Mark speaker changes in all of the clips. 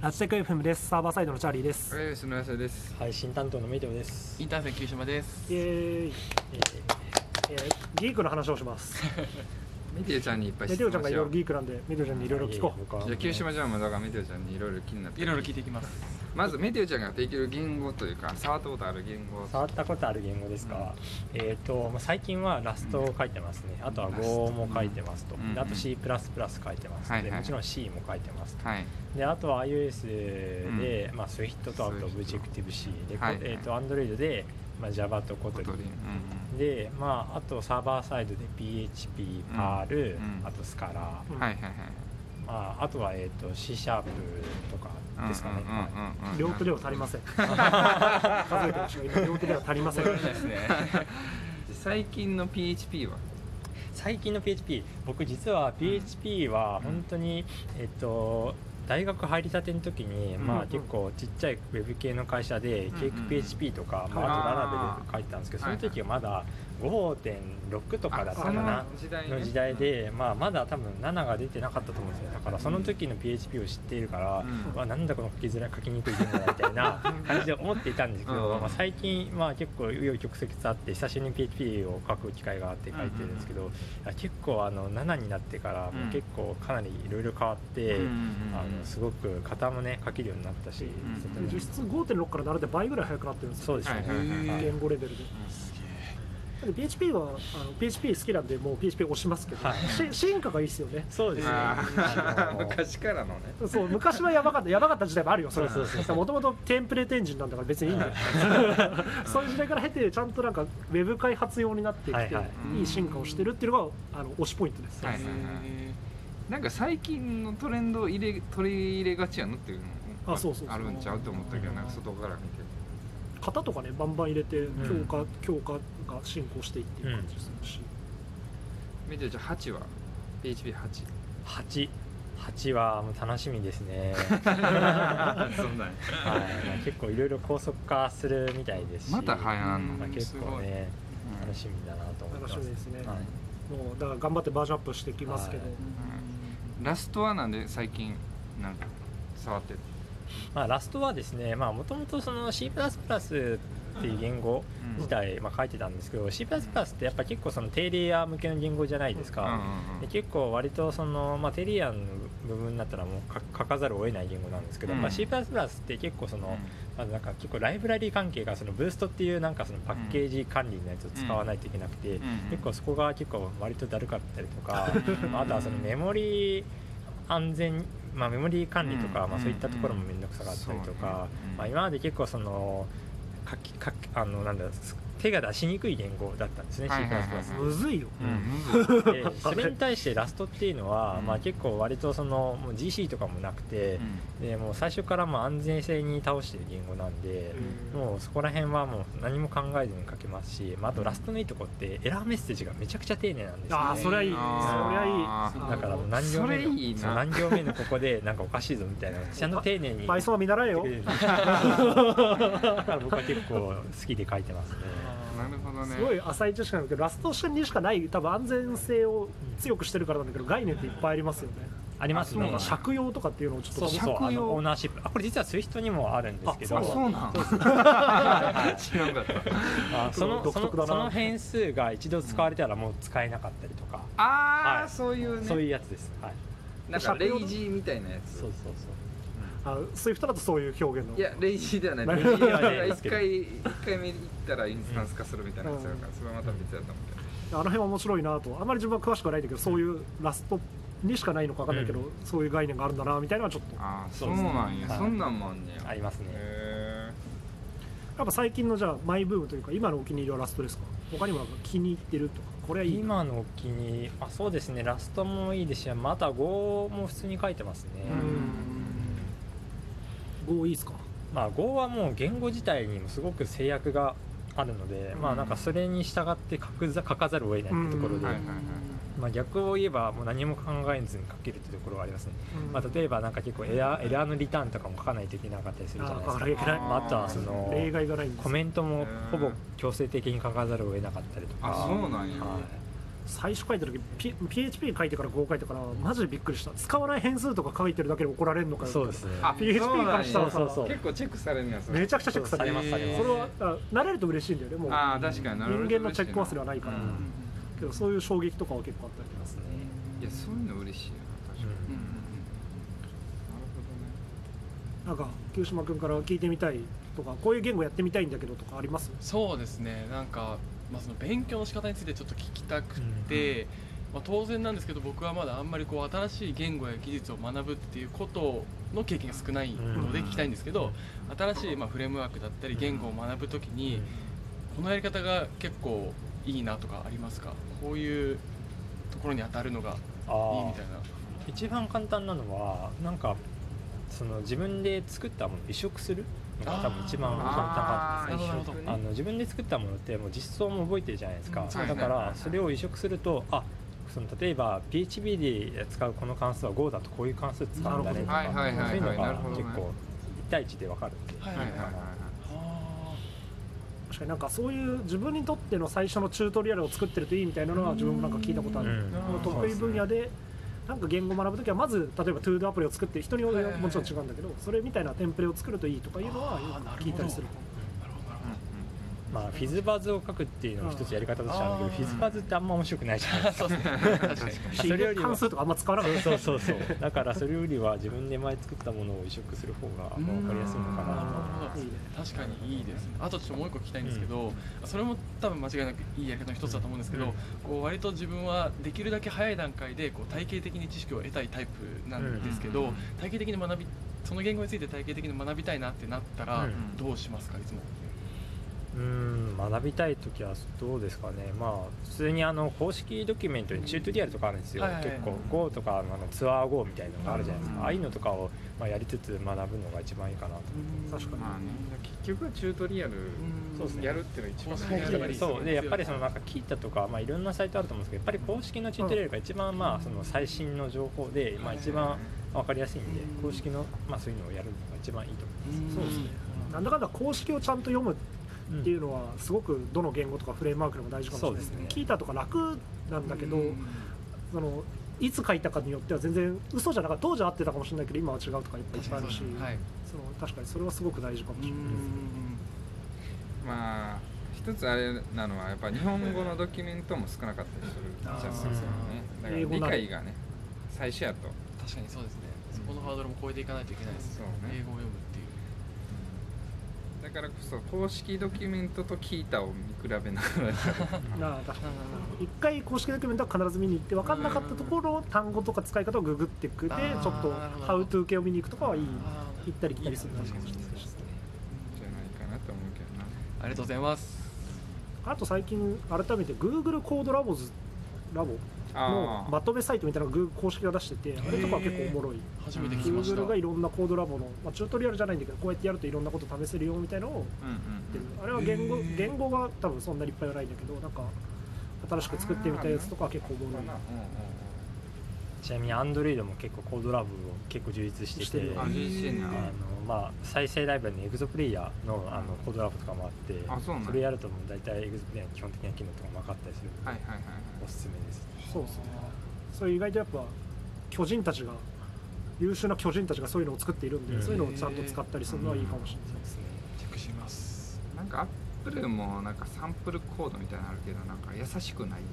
Speaker 1: ラジテク FM ですサーバーサイドのチャーリーです
Speaker 2: レースの安田です。
Speaker 3: 配信担当のメイテオです
Speaker 2: イ。ンターフェン九島です
Speaker 1: イ。エーイ、
Speaker 3: え
Speaker 1: えー、ギークの話をします
Speaker 2: メテオちゃんにいっぱい
Speaker 1: メ
Speaker 2: 質
Speaker 1: テオ
Speaker 2: 問
Speaker 1: ちゃんが
Speaker 2: し
Speaker 1: いろい
Speaker 2: よ
Speaker 1: ろ
Speaker 2: う。
Speaker 1: ギークなんでメテオちゃんにいろいろ聞こう
Speaker 2: じゃあ九島じゃんもだからメテオちゃんにいろいろ気になって。
Speaker 4: いろいろ聞いていきます。
Speaker 2: まずメテオちゃんができる言語というか触ったことある言語。
Speaker 3: 触ったことある言語ですか、えっ、と、まあ、最近はラストを書いてますね、あとは Go も書いてますと、
Speaker 2: うん
Speaker 3: であと C++ 書いてますので、
Speaker 2: はいはい
Speaker 3: もちろん C も書いてますと、
Speaker 2: はい。
Speaker 3: であとは iOS で、まあ、SWIFT とあと
Speaker 2: Swift
Speaker 3: Objective-C で、
Speaker 2: はいはい
Speaker 3: えっ、と Android で、まあ、Java と
Speaker 2: 小
Speaker 3: Kotlin
Speaker 2: 鳥。うん
Speaker 3: で、まあ、あとサーバーサイドで PHP、
Speaker 2: うん
Speaker 3: Perl、
Speaker 2: うん
Speaker 3: あと Scala、
Speaker 2: うん。はいはいはい。
Speaker 3: まあ、あとは、えっと C シャープとかですかね、
Speaker 2: うん
Speaker 3: はい
Speaker 2: うんうんうん
Speaker 1: 両手では足りません数えてましたけど両手では足りま せん
Speaker 4: すね。
Speaker 2: 最近の PHP は。
Speaker 3: 最近の PHP 僕実は PHP は本当に、えっと大学入りたての時に、
Speaker 2: うん
Speaker 3: ま
Speaker 1: う
Speaker 3: あ
Speaker 1: ん
Speaker 3: 結構ちっちゃいウェブ系の会社で、
Speaker 2: ん
Speaker 3: ケーク PHP とか、ま
Speaker 2: あ
Speaker 3: あ、あとララベ
Speaker 2: ー
Speaker 3: ル書いてたんですけどそ
Speaker 2: はい
Speaker 3: の
Speaker 2: はい
Speaker 3: 時はまだ5.6とかだったかな
Speaker 2: あその時代ね
Speaker 3: の時代。で、まあ、まだ多分7が出てなかったと思うんですよだからその時の PHP を知っているから、
Speaker 2: うん
Speaker 3: うわなんだこの書きづらい書きにくい言語だみたいな感じで思っていたんですけど、
Speaker 2: うん
Speaker 3: まあ、最近、まあ、結構紆余曲折あって久しぶりに PHP を書く機会があって書いてるんですけど、いや結構あの7になってからもう結構かなりいろいろ変わって、
Speaker 2: うんうんうん
Speaker 3: あのすごく型もね書けるようになったし、
Speaker 2: ん
Speaker 3: とても
Speaker 1: 実質5.6から7で倍ぐらい速くなってるんですよ
Speaker 3: そうですね、
Speaker 2: はいはいはい
Speaker 3: はい
Speaker 1: 言語レベルでで PHP はあの PHP 好きなんでもう PHP 押しますけど、
Speaker 3: はい
Speaker 1: し進化がいいですよね
Speaker 3: そうですね
Speaker 2: あ
Speaker 3: あ
Speaker 2: あ
Speaker 3: の
Speaker 2: 昔からのね。
Speaker 1: そう昔はやばかったやばかった時代もあるよそれ
Speaker 3: そうそうそうそう
Speaker 1: もともとテンプレートエンジンなんだから別にいいんだよそういう時代から経てちゃんとなんかウェブ開発用になってきて、
Speaker 3: はいい
Speaker 1: い
Speaker 3: はい
Speaker 1: 進化をしてるっていうのがあの推しポイントです、
Speaker 2: はいはいはいなんか最近のトレンドを入れ取り入れがちやのっていうの
Speaker 1: あそうそうそう
Speaker 2: あるんちゃうって思ったけどなんか外から見て
Speaker 1: 型とかねバンバン入れて強
Speaker 3: ん
Speaker 1: 化、強化が進行していっていう感じするし、
Speaker 2: メテオちゃん8は PHP 8
Speaker 3: 8 8はもう楽しみです ね、
Speaker 2: そうなん
Speaker 3: はい、結構いろいろ高速化するみたいですし
Speaker 2: また早なの
Speaker 3: まあ、結構ね楽しみだなと思っ
Speaker 1: 楽
Speaker 3: てま
Speaker 1: し
Speaker 3: す
Speaker 1: みですね、
Speaker 3: はい
Speaker 1: もうだから頑張ってバージョンアップしていきますけど、
Speaker 3: はい
Speaker 2: ラストはなんで最近なんか触ってる
Speaker 3: まあ、ラストはですねもともと C++ っていう言語自体、まあ、書いてたんですけど C++ ってやっぱ結構その低レイヤー向けの言語じゃないです
Speaker 2: うんうん
Speaker 3: か、で結構割とその、まあ、低レイヤーの部分になったらもう書書かざるを得ない言語なんですけど、
Speaker 2: うん
Speaker 3: まあ、C++ って結構その、
Speaker 2: う
Speaker 3: まあ、なんか結構ライブラリー関係がそのブーストっていうなんかそのパッケージ管理のやつを使わないといけなくて、
Speaker 2: んうん
Speaker 3: 結構そこが結構割とだるかったりと か
Speaker 2: うん
Speaker 3: まああとはそのメモリー安全、まあ、メモリー管理とか、
Speaker 2: うん
Speaker 3: まあ、そういったところも面倒くさかったり
Speaker 2: そ
Speaker 3: とか、
Speaker 2: うねうん
Speaker 3: まあ、今まで結構その書き書きあのなんだ手が出しにくい言語だったんですね C++、
Speaker 2: はいはいはいはい
Speaker 1: むずいよ、
Speaker 2: う
Speaker 3: うん
Speaker 2: ん
Speaker 3: で それに対してラストっていうのは、
Speaker 2: うん
Speaker 3: まあ、結構割とそのもう GC とかもなくて、でもう最初からもう安全性に倒してる言語なんで、もうそこら辺はもう何も考えずに書けますし、まあ、あとラストのいいとこってエラーメッセージがめちゃくちゃ丁寧なんですよ、ね、
Speaker 1: ああそりゃいいそりゃ
Speaker 2: あー
Speaker 1: いい
Speaker 3: だから
Speaker 1: あの
Speaker 3: 何行目
Speaker 2: それいいな
Speaker 3: そう何行目のここでなんかおかしいぞみたいなちゃんと丁寧に
Speaker 1: バイソンは見習えよ
Speaker 3: だから僕は結構好きで書いてますね
Speaker 2: なるほどね
Speaker 1: すごい浅い知識なんだけどラストシにしかない多分安全性を強くしてるからなんだけど概念っていっぱいありますよね
Speaker 3: あります
Speaker 2: あそう
Speaker 3: ね
Speaker 2: なんだ
Speaker 1: 借用とかっていうのをちょ
Speaker 3: そ
Speaker 1: っ
Speaker 3: う
Speaker 1: と
Speaker 3: そうそうあ
Speaker 2: 借用
Speaker 3: のオーナーシップあこれ実は SWIFT にもあるんですけど
Speaker 2: あそうなん知らんか った
Speaker 3: あその
Speaker 1: 独
Speaker 3: その
Speaker 1: 特だな
Speaker 3: その変数が一度使われたらもう使えなかったりとか、
Speaker 2: あ
Speaker 3: は
Speaker 2: あ
Speaker 3: い
Speaker 2: そういう
Speaker 3: そう
Speaker 2: ね
Speaker 3: いうやつですはい
Speaker 2: なんかレイジーみたいなやつ
Speaker 3: そうそうそう
Speaker 1: あスイフトだとそういう表現の
Speaker 2: いやレイジーではない
Speaker 1: レイジ
Speaker 2: レイ
Speaker 1: ー
Speaker 2: ジ
Speaker 3: ではない
Speaker 2: ーは一回一回目行ったらインスタンス化するみたいなやつだからそれはまた別だと思うけど
Speaker 1: あの辺は面白いなとあまり自分は詳しくはないんだけどそういうラストにしかないのか分かんないけど、
Speaker 3: う
Speaker 1: そういう概念があるんだなみたいなのはちょっとや
Speaker 2: ああそ
Speaker 3: そううですね
Speaker 2: なんや
Speaker 3: はい
Speaker 2: そんなんもあんねや
Speaker 3: ありますね
Speaker 2: へ
Speaker 1: っぱ最近のじゃあマイブームというか今のお気に入りはラストですか他にもなんか気に入ってるとかこれはいいな
Speaker 3: 今のお気にあそうですねラストもいいですしまた5も普通に書いてますね、
Speaker 2: え
Speaker 1: 5いいですか
Speaker 3: まあ、Go はもう言語自体にもすごく制約があるので、まあなんかそれに従って書くざ書かざるを得ないってところ
Speaker 1: うん
Speaker 3: で、
Speaker 2: はいはいはい
Speaker 3: まあ、逆を言えばもう何も考えずに書けるってところはありますね、まあ、例えばなんか結構エラーエラーのリターンとかも書かないといけなかったりするじゃないです
Speaker 1: あ
Speaker 3: か
Speaker 1: あれいけない
Speaker 3: まあ、あとはその
Speaker 1: 例外がないんです
Speaker 3: コメントもほぼ強制的に書かざるを得なかったりと
Speaker 2: あ
Speaker 3: か
Speaker 2: そうなんや
Speaker 3: はい
Speaker 1: 最初書いた時、P、PHP 書いてから5書いてからマジでびっくりした使わない変数とか書いてるだけで怒られるのかよ
Speaker 3: そうですね
Speaker 2: あ
Speaker 1: PHP
Speaker 2: そうなんや
Speaker 1: からしたらさ
Speaker 3: そうそう
Speaker 2: 結構チェックされるんやそれ
Speaker 1: めちゃくちゃチェックされる
Speaker 3: そうされますされます
Speaker 1: それはあ慣れると嬉しいんだよねもう
Speaker 2: ああ確かになるほど
Speaker 1: 人間のチェック忘れはないから
Speaker 2: うん
Speaker 1: けどそういう衝撃とかは結構あったりしますね
Speaker 2: いやそういうの嬉しいな確かに、う
Speaker 3: うん
Speaker 2: ん
Speaker 1: なんか清島君から聞いてみたいとかこういう言語やってみたいんだけどとかあります
Speaker 4: そうですねなんか、まあ、その勉強の仕方についてちょっと聞きたくて、まあ、当然なんですけど僕はまだあんまりこう新しい言語や技術を学ぶっていうことの経験が少ないので
Speaker 1: うん
Speaker 4: 聞きたいんですけど、新しいまあフレームワークだったり言語を学ぶときにこのやり方が結構いいなとかありますかこういうところに当たるのがいい
Speaker 3: あ
Speaker 4: み
Speaker 3: あ
Speaker 4: たいな。
Speaker 3: 一番簡単なのはなんかその自分で作ったものを移植するのが多分一番簡単かったですね
Speaker 4: あーなるほど
Speaker 2: 一緒に
Speaker 3: あの自分で作ったものってもう実装も覚えてるじゃないですか、
Speaker 4: うん
Speaker 2: そうです
Speaker 3: だ
Speaker 2: ね
Speaker 3: からそれを移植するとあその例えば PHP で使うこの関数は Go だとこういう関数使うんだねと
Speaker 2: な
Speaker 3: か
Speaker 2: るほどはいはいはいはい
Speaker 3: そういうの
Speaker 2: な
Speaker 3: が
Speaker 2: るほどね
Speaker 3: 結構1対1で分かるんで
Speaker 4: はい
Speaker 2: はいはいはい
Speaker 4: あ
Speaker 1: 確かになんかそういう自分にとっての最初のチュートリアルを作ってるといいみたいなのは自分もなんか聞いたことある、
Speaker 3: うん
Speaker 1: あの
Speaker 4: そう
Speaker 1: 得意分野でなんか言語を学ぶ時はまず例えば ToDo アプリを作って人による
Speaker 4: はいはいはい
Speaker 1: もちろん違うんだけどそれみたいなテンプレを作るといいとかいうのはよ
Speaker 4: あーなるほ
Speaker 1: く
Speaker 4: ど
Speaker 1: 聞いたりするかも
Speaker 4: なるほどなるほど
Speaker 3: まあフィズバズを書くっていうのも一つやり方としてあるんだけどフ
Speaker 4: うん
Speaker 3: ィズバズってあんま面白くないじゃないですか
Speaker 4: 確かに
Speaker 3: それよりは
Speaker 1: 関数とかあんま使わなかった
Speaker 3: そうそうそうだからそれよりは自分で前作ったものを移植する方がまあ分かりやすいのかなと思います
Speaker 1: いいね
Speaker 4: 確かにいいですねあとちょっともう一個聞きたいんですけど、それも多分間違いなくいいやり方の一つだと思うんですけど、
Speaker 3: うん
Speaker 4: こう割と自分はできるだけ早い段階でこう体系的に知識を得たいタイプなんですけど、
Speaker 2: うん
Speaker 4: 体系的に学びその言語について体系的に学びたいなってなったら、
Speaker 3: うん
Speaker 4: どうしますかいつも、
Speaker 3: うーん学びたい時はどうですかねまあ普通にあの公式ドキュメントにチュートリアルとかあるんですよ、
Speaker 4: はいはいはい
Speaker 3: 結構 GO とかあのあのツアー GO みたいなのがあるじゃないですか、
Speaker 2: うん
Speaker 3: ああいうのとかを、まあ、やりつつ学ぶのが一番いいかなと、
Speaker 1: 確かに
Speaker 2: まあね結局はチュートリアル
Speaker 3: そうですね
Speaker 2: やるっていうのが一番
Speaker 4: そう
Speaker 2: 大
Speaker 4: です
Speaker 2: 事だ
Speaker 4: ね
Speaker 2: から
Speaker 3: そうでやっぱりそのなん
Speaker 2: か
Speaker 3: かキータとか、まあ、いろんなサイトあると思うんですけどやっぱり公式のチュートリアルが一番まあその最新の情報で、まあ、一番分かりやすいんで
Speaker 4: うん
Speaker 3: 公式の、まあ、そういうのをやるのが一番いいと
Speaker 1: そ
Speaker 3: 思
Speaker 1: うですねなんだかんだ公式をちゃんと読む
Speaker 3: う
Speaker 1: っていうのはすごくどの言語とかフレームワークでも大事かもしれないです
Speaker 3: そうです
Speaker 1: キ
Speaker 3: ね
Speaker 1: ータとか楽なんだけど、そのいつ書いたかによっては全然嘘じゃなかった当時は合ってたかもしれないけど今は違うとかいっぱいいっぱいあるし
Speaker 4: はい
Speaker 1: その確かにそれはすごく大事かもしれない、
Speaker 2: まあ一つあれなのはやっぱ日本語のドキュメントも少なかったりするじゃするんですよねだから理解がね最初やと
Speaker 4: 確かにそうですねそこのハードルも超えていかないといけないです、
Speaker 2: そうね
Speaker 4: 英語を読むっていう
Speaker 2: だからこそ公式ドキュメントとキータを見比べながらやる
Speaker 1: なあ確かに一回公式ドキュメントは必ず見に行って分かんなかったところ単語とか使い方をググっていくで
Speaker 4: あー
Speaker 1: ちょっと
Speaker 4: なるほど
Speaker 1: ハウトゥー系を見に行くとかはいい
Speaker 4: あー
Speaker 1: 行ったり来たりする
Speaker 4: いいですね確かに
Speaker 2: じゃないかなと思うけどな
Speaker 4: ありがとうございます
Speaker 1: あと最近改めて Google コードラボズラボの
Speaker 2: あ
Speaker 1: まとめサイトみたいなのが Google 公式が出しててあれとかは結構おもろい
Speaker 4: 初めて聞きました
Speaker 1: Google がいろんなコードラボの、まあ、チュートリアルじゃないんだけどこうやってやるといろんなこと試せるよみたいなのを
Speaker 2: あうん
Speaker 1: ってる
Speaker 2: う
Speaker 1: あれは言語
Speaker 4: へー
Speaker 1: 言語が多分そんなにいっぱいはないんだけどなんか新しく作ってみたやつとかは結構おも
Speaker 2: んう
Speaker 1: ろ
Speaker 2: ん
Speaker 1: い
Speaker 3: ちなみに Android も結構コードラブを結構充実して
Speaker 1: してる
Speaker 3: て
Speaker 1: よね
Speaker 2: あ充実してんな
Speaker 3: あのまあ、再生ライブラリのエグゾプレイヤーのあのコードラボとかもあって
Speaker 2: あそうなんや
Speaker 3: れやるともう大体エグゾプレイヤーの基本的な機能とかも分かったりするの
Speaker 2: は
Speaker 3: で、
Speaker 2: いはいはい
Speaker 3: おすすめです
Speaker 1: そうですねそれ意外とやっぱ巨人たちが優秀な巨人たちがそういうのを作っているんで、
Speaker 3: うん
Speaker 1: そういうのをちゃんと使ったりするのはいいかもしれないです、
Speaker 3: すね
Speaker 4: チェックします
Speaker 2: なんかアップルもなんかサンプルコードみたいなのあるけどなんか優しくないよ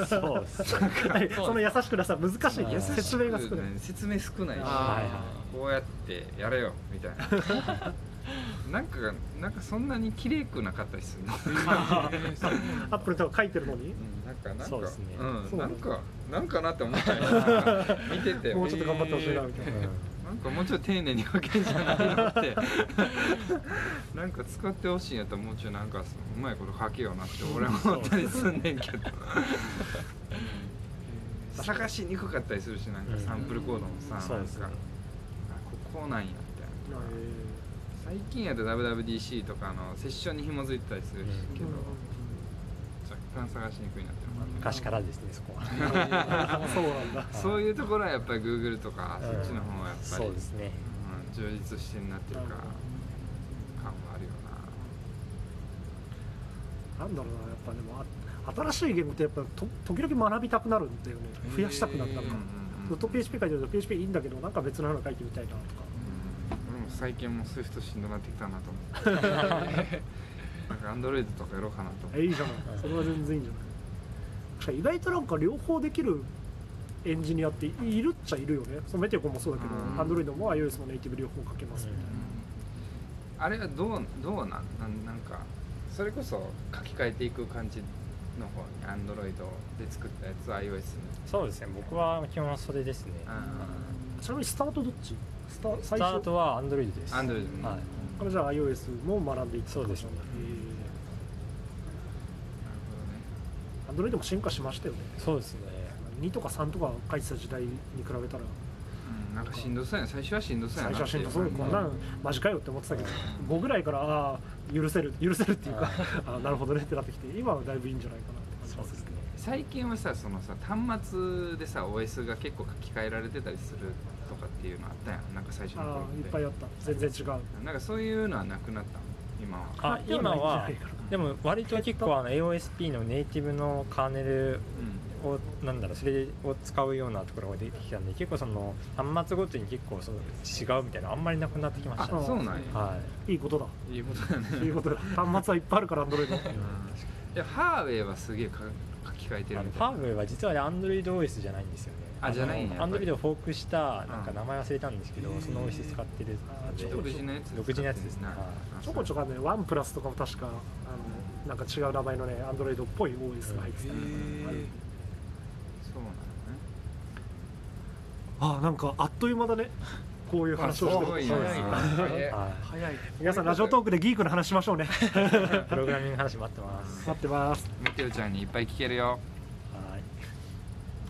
Speaker 2: な
Speaker 3: そうですね
Speaker 1: はいその優しくなさ難しいね
Speaker 3: 優しくね
Speaker 1: 説明が少ない、
Speaker 2: ね説明少ないし
Speaker 4: あ
Speaker 2: こうやってやれよみたい ななんかがなんかそんなに綺麗くなかったりするの、
Speaker 4: ーあーそうなん
Speaker 1: アッ
Speaker 4: だ
Speaker 1: プルとか書いてるのに
Speaker 2: なんかなんか
Speaker 3: そうですね
Speaker 2: うん、
Speaker 1: そう
Speaker 2: な
Speaker 1: だ
Speaker 2: ん
Speaker 1: ね
Speaker 2: かなんかなって思ったよなんか見てて
Speaker 1: もうちょっと頑張ってほしいなみたいな、
Speaker 2: なんかもうちょい丁寧に分けんじゃないのって なんか使ってほしいんやったらもうちょいなんかうまいこと書けよなって俺も思ったりすんねんけど探しにくかったりするしなんかサンプルコードもさ、
Speaker 3: そう
Speaker 2: なん
Speaker 3: ですね
Speaker 2: かあここなんやみたいな
Speaker 1: えー
Speaker 2: 最近やと WWDC とかのセッションに紐づいてたりするし
Speaker 3: うん
Speaker 2: けど、若干探しにくいなってのがあるね
Speaker 3: 昔からですねそこは
Speaker 1: あそうなんだ
Speaker 2: そういうところはやっぱり Google とか、
Speaker 3: うん
Speaker 2: そっちの方はやっぱり
Speaker 3: そうですね
Speaker 2: うん充実してんなっていうか感はあるよな
Speaker 1: なんだろうなやっぱでもあ新しい言語ってやっぱと時々学びたくなるんだよね増やしたくなった
Speaker 4: うん
Speaker 1: か
Speaker 4: うん
Speaker 1: ずっと PHP 書いてると PHP いいんだけどなんか別のの書いてみたいなとか
Speaker 2: 俺も最近もう SWIFT しんどなってきたなと思ってなんか Android とかやろうかなと思って
Speaker 1: えいいじゃないそれは全然いいんじゃない確かに意外となんか両方できるエンジニアっているっちゃいるよねそのメテオ君もそうだけど、
Speaker 2: うん
Speaker 1: Android も iOS もネイティブ両方書けますみたいな、
Speaker 2: あれはどうどうなんなんなんかそれこそ書き換えていく感じの方に Android で作ったやつを iOS に
Speaker 3: そうですね僕は基本それですね
Speaker 1: ちなみにスタートどっちスタ
Speaker 3: スタ
Speaker 1: 最
Speaker 3: ー
Speaker 1: 初
Speaker 3: トは Android です
Speaker 2: Android
Speaker 3: はい
Speaker 1: からじゃあ iOS も学んでいった
Speaker 3: そうですね
Speaker 1: アンドロイドも進化しましたよね
Speaker 3: そうですね
Speaker 1: 2とか3とか書いてた時代に比べたら
Speaker 2: うんなんかしんどそうやな最初はしんどそうや
Speaker 1: 最
Speaker 2: な
Speaker 1: 初はしんどそうこんなんマジかよって思ってたけど5ぐらいからああ許せる許せるっていうかああなるほどねってなってきて今はだいぶいいんじゃないかなって感じ
Speaker 3: そ
Speaker 1: が
Speaker 3: う
Speaker 1: す
Speaker 3: で
Speaker 1: る
Speaker 3: す
Speaker 1: け
Speaker 3: ね
Speaker 1: ど
Speaker 2: 最近はさそのさ端末でさ OS が結構書き換えられてたりするとかっていうのあったやんなんか最初の
Speaker 1: あ
Speaker 2: 頃
Speaker 1: あい
Speaker 2: っ
Speaker 1: ってぱいあった全然違違う
Speaker 2: なんかそういうのはなくなったの今は
Speaker 3: あ
Speaker 1: 変わっ
Speaker 3: 今
Speaker 1: て
Speaker 3: は
Speaker 1: ないんじゃないかな
Speaker 3: でも割と結構あの AOSP のネイティブのカーネル
Speaker 2: う
Speaker 3: をなんだろうそれを使うようなところが出てきたんで結構その端末ごとに結構その違うみたいなあんまりなくなってきました
Speaker 2: あ
Speaker 3: ね
Speaker 2: そうなんや
Speaker 3: はい
Speaker 1: いことだ
Speaker 2: んいいことだね
Speaker 1: いいことだ端末はいっぱいあるからアンドロイド
Speaker 3: い、
Speaker 2: いやハーウェイはすげえか書き換えてる
Speaker 3: あ
Speaker 2: み
Speaker 3: の
Speaker 2: たい
Speaker 3: パーウェイは実はね AndroidOS じゃないんですよね
Speaker 2: あじゃないんややっぱ
Speaker 3: アンド
Speaker 2: り
Speaker 3: ロイドをフォークしたなん
Speaker 2: う
Speaker 3: か
Speaker 2: ん
Speaker 3: 名前忘れたんですけど、
Speaker 2: へー
Speaker 3: その OS 使ってる
Speaker 1: あ
Speaker 3: の
Speaker 1: ちょ
Speaker 3: で
Speaker 1: っと
Speaker 2: な独自のやつ
Speaker 3: 独自のやつですね
Speaker 2: ああ
Speaker 1: ちょこちょこねワンプラスとかも確かあのなんか違う名前のねアンドロイドっぽい OS が入ってた、
Speaker 2: へ
Speaker 4: え
Speaker 2: そうなのね
Speaker 1: あなんかあっという間だねこういう話をし
Speaker 2: あす
Speaker 1: て
Speaker 2: ごい
Speaker 1: る
Speaker 2: な
Speaker 3: そうですね
Speaker 2: 早い
Speaker 3: は
Speaker 4: 早い
Speaker 1: 皆さんラジオトークでギークの話しましょうね
Speaker 3: い、プログラミング話待ってます
Speaker 1: 待ってます
Speaker 2: メテオちゃんにいっぱい聞けるよ